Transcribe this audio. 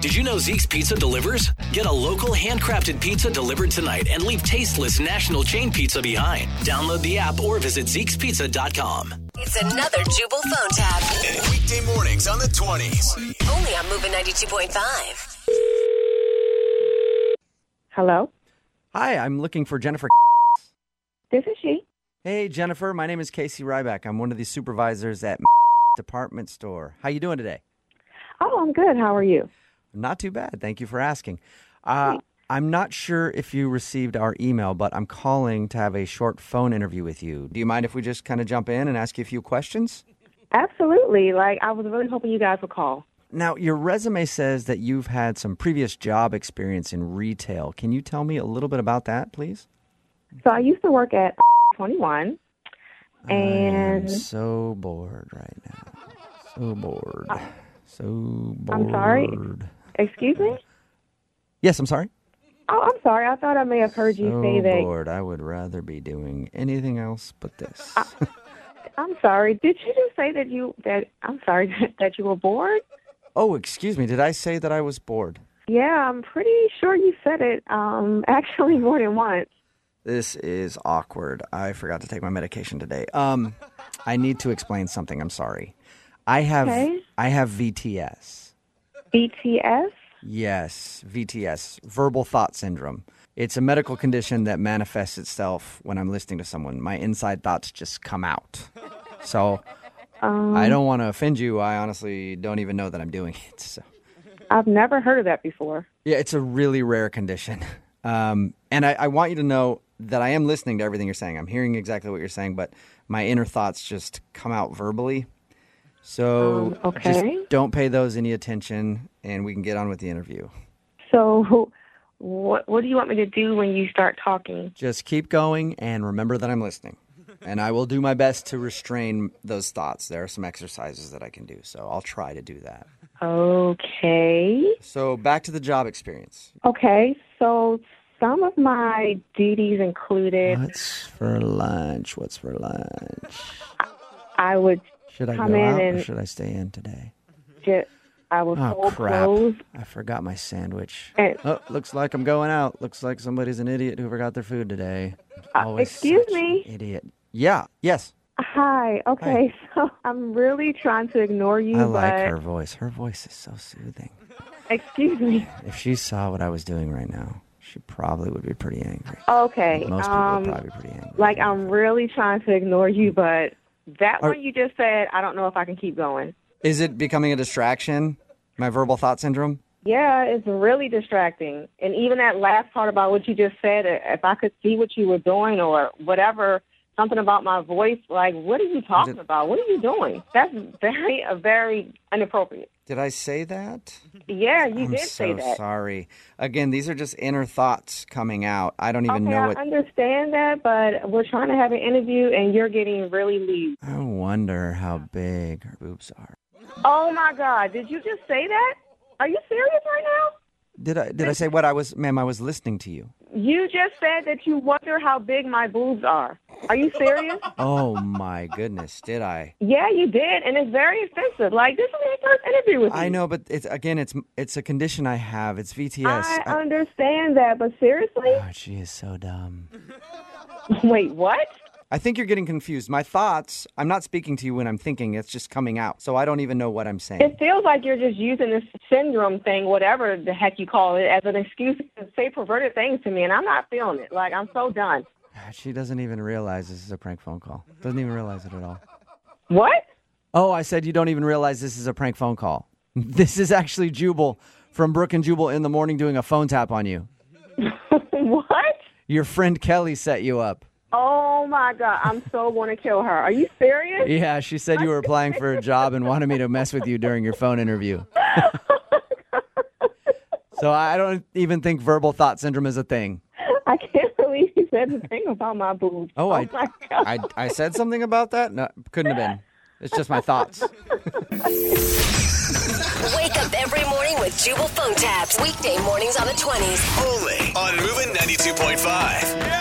Did you know Zeke's Pizza delivers? Get a local handcrafted pizza delivered tonight and leave tasteless national chain pizza behind. Download the app or visit Zeke'sPizza.com. It's another Jubal phone tab. Weekday mornings on the 20s. Only on Moving 92.5. Hello, Hi, I'm looking for Jennifer. this is she. Hey, Jennifer, my name is Casey Ryback. I'm one of the supervisors at department store. How you doing today? Oh, I'm good. How are you? Not too bad. Thank you for asking. Uh, I'm not sure if you received our email, but I'm calling to have a short phone interview with you. Do you mind if we just kind of jump in and ask you a few questions? Absolutely. Like I was really hoping you guys would call. Now, your resume says that you've had some previous job experience in retail. Can you tell me a little bit about that, please? So I used to work at 21, I'm and so bored right now. So bored. So bored. I'm sorry? excuse me. Yes, I'm sorry. Oh, I'm sorry. I thought I may have heard you so say that. bored. I would rather be doing anything else but this. I'm sorry. Did you just say that you that I'm sorry that you were bored? oh, excuse me. Did I say that I was bored? Yeah, I'm pretty sure you said it. Um, actually, more than once. This is awkward. I forgot to take my medication today. Um, I need to explain something. I'm sorry. I have Okay. I have VTS. BTS. Yes, VTS, verbal thought syndrome. It's a medical condition that manifests itself when I'm listening to someone. My inside thoughts just come out. So Um, I don't want to offend you. I honestly don't even know that I'm doing it. So I've never heard of that before. yeah, it's a really rare condition. Um, and I, I want you to know that I am listening to everything you're saying. I'm hearing exactly what you're saying, but my inner thoughts just come out verbally. So Um, okay. just don't pay those any attention and we can get on with the interview. So, what what do you want me to do when you start talking? Just keep going and remember that I'm listening. And I will do my best to restrain those thoughts. There are some exercises that I can do, so I'll try to do that. Okay. So, back to the job experience. Okay, so some of my duties included What's for lunch? What's for lunch? I would Should I Come go in out or and- should I stay in today? just I would Oh, fold crap. clothes. I forgot my sandwich. Eh. Oh, looks like I'm going out. Looks like somebody's an idiot who forgot their food today. Always Uh, excuse such an me? Idiot. Yeah, yes. Hi. Okay, so I'm really trying to ignore you, I like but her voice. Her voice is so soothing. excuse me. If she saw what I was doing right now, she probably would be pretty angry. Okay. Most people would um, probably be pretty angry. like I'm really trying to ignore you, but that Are- one you just said, I don't know if I can keep going. Is it becoming a distraction? My verbal thought syndrome? Yeah, it's really distracting. And even that last part about what you just said, uh, if I could see what you were doing or whatever, something about my voice, like, what are you talking about? What are you doing? That's very, uh, very inappropriate. Did I say that? Yeah, you I'm did so say that. sorry. Again, these are just inner thoughts coming out. I don't even Okay, know I what. understand that, but we're trying to have an interview and you're getting really loose. I wonder how big her boobs are. Oh my God, did you just say that? Are you serious right now? Did I did I say what I was, ma'am? I was listening to you. You just said that you wonder how big my boobs are. Are you serious? Oh my goodness, did I? Yeah, you did, and it's very expensive. Like this is my first interview with you. I know, but it's again, it's it's a condition I have. It's VTS. I, I- understand that, but seriously, oh, she is so dumb. wait, what? I think you're getting confused. My thoughts, I'm not speaking to you when I'm thinking, it's just coming out. So I don't even know what I'm saying. It feels like you're just using this syndrome thing, whatever the heck you call it, as an excuse to say perverted things to me, and I'm not feeling it. Like I'm so done. She doesn't even realize this is a prank phone call. Doesn't even realize it at all. What? Oh, I said you don't even realize this is a prank phone call. This is actually Jubal from Brook and Jubal in the morning doing a phone tap on you. what? Your friend Kelly set you up. Oh my god, I'm so going to kill her. Are you serious? Yeah, she said you were applying for a job and wanted me to mess with you during your phone interview. so I don't even think verbal thought syndrome is a thing. I can't believe you said the thing about my boobs. Oh, I- my god. I, I said something about that? No, couldn't have been. It's just my thoughts. Wake up every morning with Jubal phone tabs. Weekday mornings on the 20s. Only on Moving 92.5.